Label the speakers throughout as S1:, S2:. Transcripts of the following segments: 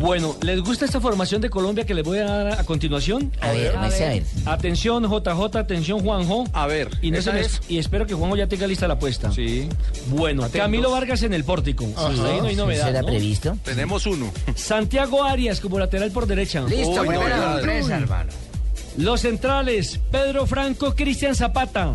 S1: Bueno, ¿les gusta esta formación de Colombia que les voy a dar a continuación?
S2: A ver, me sé, a ver.
S1: Atención, JJ, atención, Juanjo.
S3: A ver,
S1: Y, no
S3: esa
S1: se me-
S3: es.
S1: y espero que Juanjo ya tenga lista la apuesta.
S3: Sí.
S1: Bueno, Camilo Vargas en el pórtico. Hasta Ahí no hay novedad.
S2: ¿Será
S1: ¿no?
S2: previsto?
S3: Tenemos uno.
S1: Santiago Arias como lateral por derecha.
S2: Listo,
S3: Uy,
S2: primera
S3: novedades.
S2: sorpresa, hermano.
S1: Los centrales, Pedro Franco, Cristian Zapata.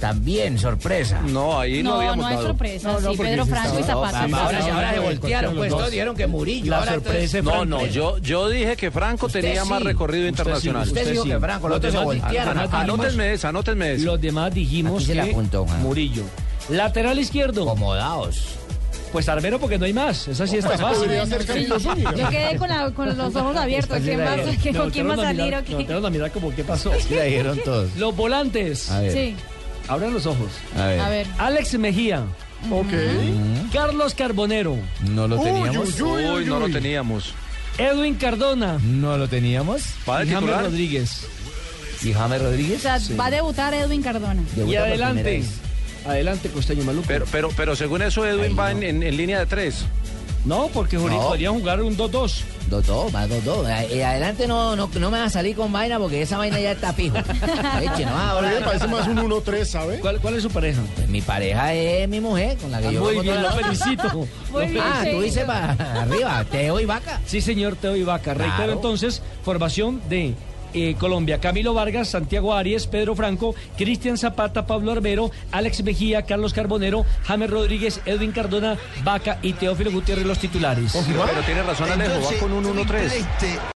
S2: También sorpresa.
S3: No, ahí lo
S4: No,
S3: habíamos
S4: no hay
S3: dado.
S4: sorpresa. sí, Pedro Franco y Zapata.
S2: Ahora, se- ahora se voltearon, pues todos dijeron que Murillo.
S1: La
S2: ahora
S1: sorpresa
S2: entonces-
S1: es
S3: No,
S1: Franco.
S3: no, yo, yo dije que Franco
S2: Usted
S3: tenía
S2: sí.
S3: más recorrido internacional.
S2: Usted dijo
S1: sí.
S2: que Franco,
S1: Los
S2: los otros se
S1: demás-
S2: voltearon.
S3: Ana-
S2: Acá dijimos,
S3: Anótenme esa, anótenme esa.
S1: Los demás dijimos
S2: Aquí se
S1: que
S2: la apuntó, Juan.
S1: Murillo. Lateral izquierdo,
S2: Acomodados.
S1: pues Arbero porque no hay más. Esa sí
S2: Pues
S1: está fácil.
S5: Podría ser Carlos Zúñiga.
S4: Yo quedé con, la- con los ojos abiertos. ¿Quién va, a-
S1: Me
S4: ¿Con quién va a
S1: voltearon
S4: salir o
S1: mirar- me
S4: qué?
S1: voltearon a mirar como qué pasó.
S2: Sí la dijeron todos. Ah.
S1: Los volantes.
S2: A ver,
S4: Sí,
S1: Abran los ojos.
S2: a ver.
S4: a ver.
S1: Alex Mejía, Mm.
S5: Ok.
S1: Carlos Carbonero,
S2: ¿No lo teníamos?
S5: Uy, uy, uy,
S3: Uy, no lo
S5: uy.
S3: teníamos.
S1: Edwin Cardona
S2: ¿No lo teníamos?
S3: ¿Va
S1: y
S3: de
S1: James
S3: titular?
S1: Rodríguez.
S2: ¿Y James
S4: O
S2: Rodríguez?
S4: sea, va a debutar Edwin Cardona.
S1: y
S2: Debutó por primera
S1: adelante.
S2: vez.
S1: Adelante, Costeño Maluco.
S3: Pero, pero, pero según eso, Edwin va en, en- en línea de tres.
S1: no, porque Juli-
S2: No.
S1: podrían jugar un 2-2.
S2: Dos, dos, más dos, dos. A- eh, Adelante no, no, no me va a salir con vaina porque esa vaina ya está fijo. Eche, no,
S5: A
S2: ahora-
S5: mí me parece más Este un 1-3, ¿sabe?
S1: ¿Cuál, ¿Cuál es su pareja?
S2: Pues mi pareja es mi mujer con la que yo
S1: Muy
S2: hago
S1: bien,
S2: toda
S1: lo
S2: la-
S1: felicito.
S4: Muy bien,
S2: Ah, tú
S4: Cheito.
S2: dices para arriba, Teo y Vaca.
S1: Sí, señor Teo Ibaca.
S2: Claro.
S1: Reitero entonces, formación de eh, Colombia. Camilo Vargas, Santiago Arias, Pedro Franco, Cristian Zapata, Pablo Armero, Alex Mejía, Carlos Carbonero, James Rodríguez, Edwin Cardona, Vaca y Teófilo Gutiérrez los titulares.
S3: Pero tiene razón Alejo, va con un 1-3.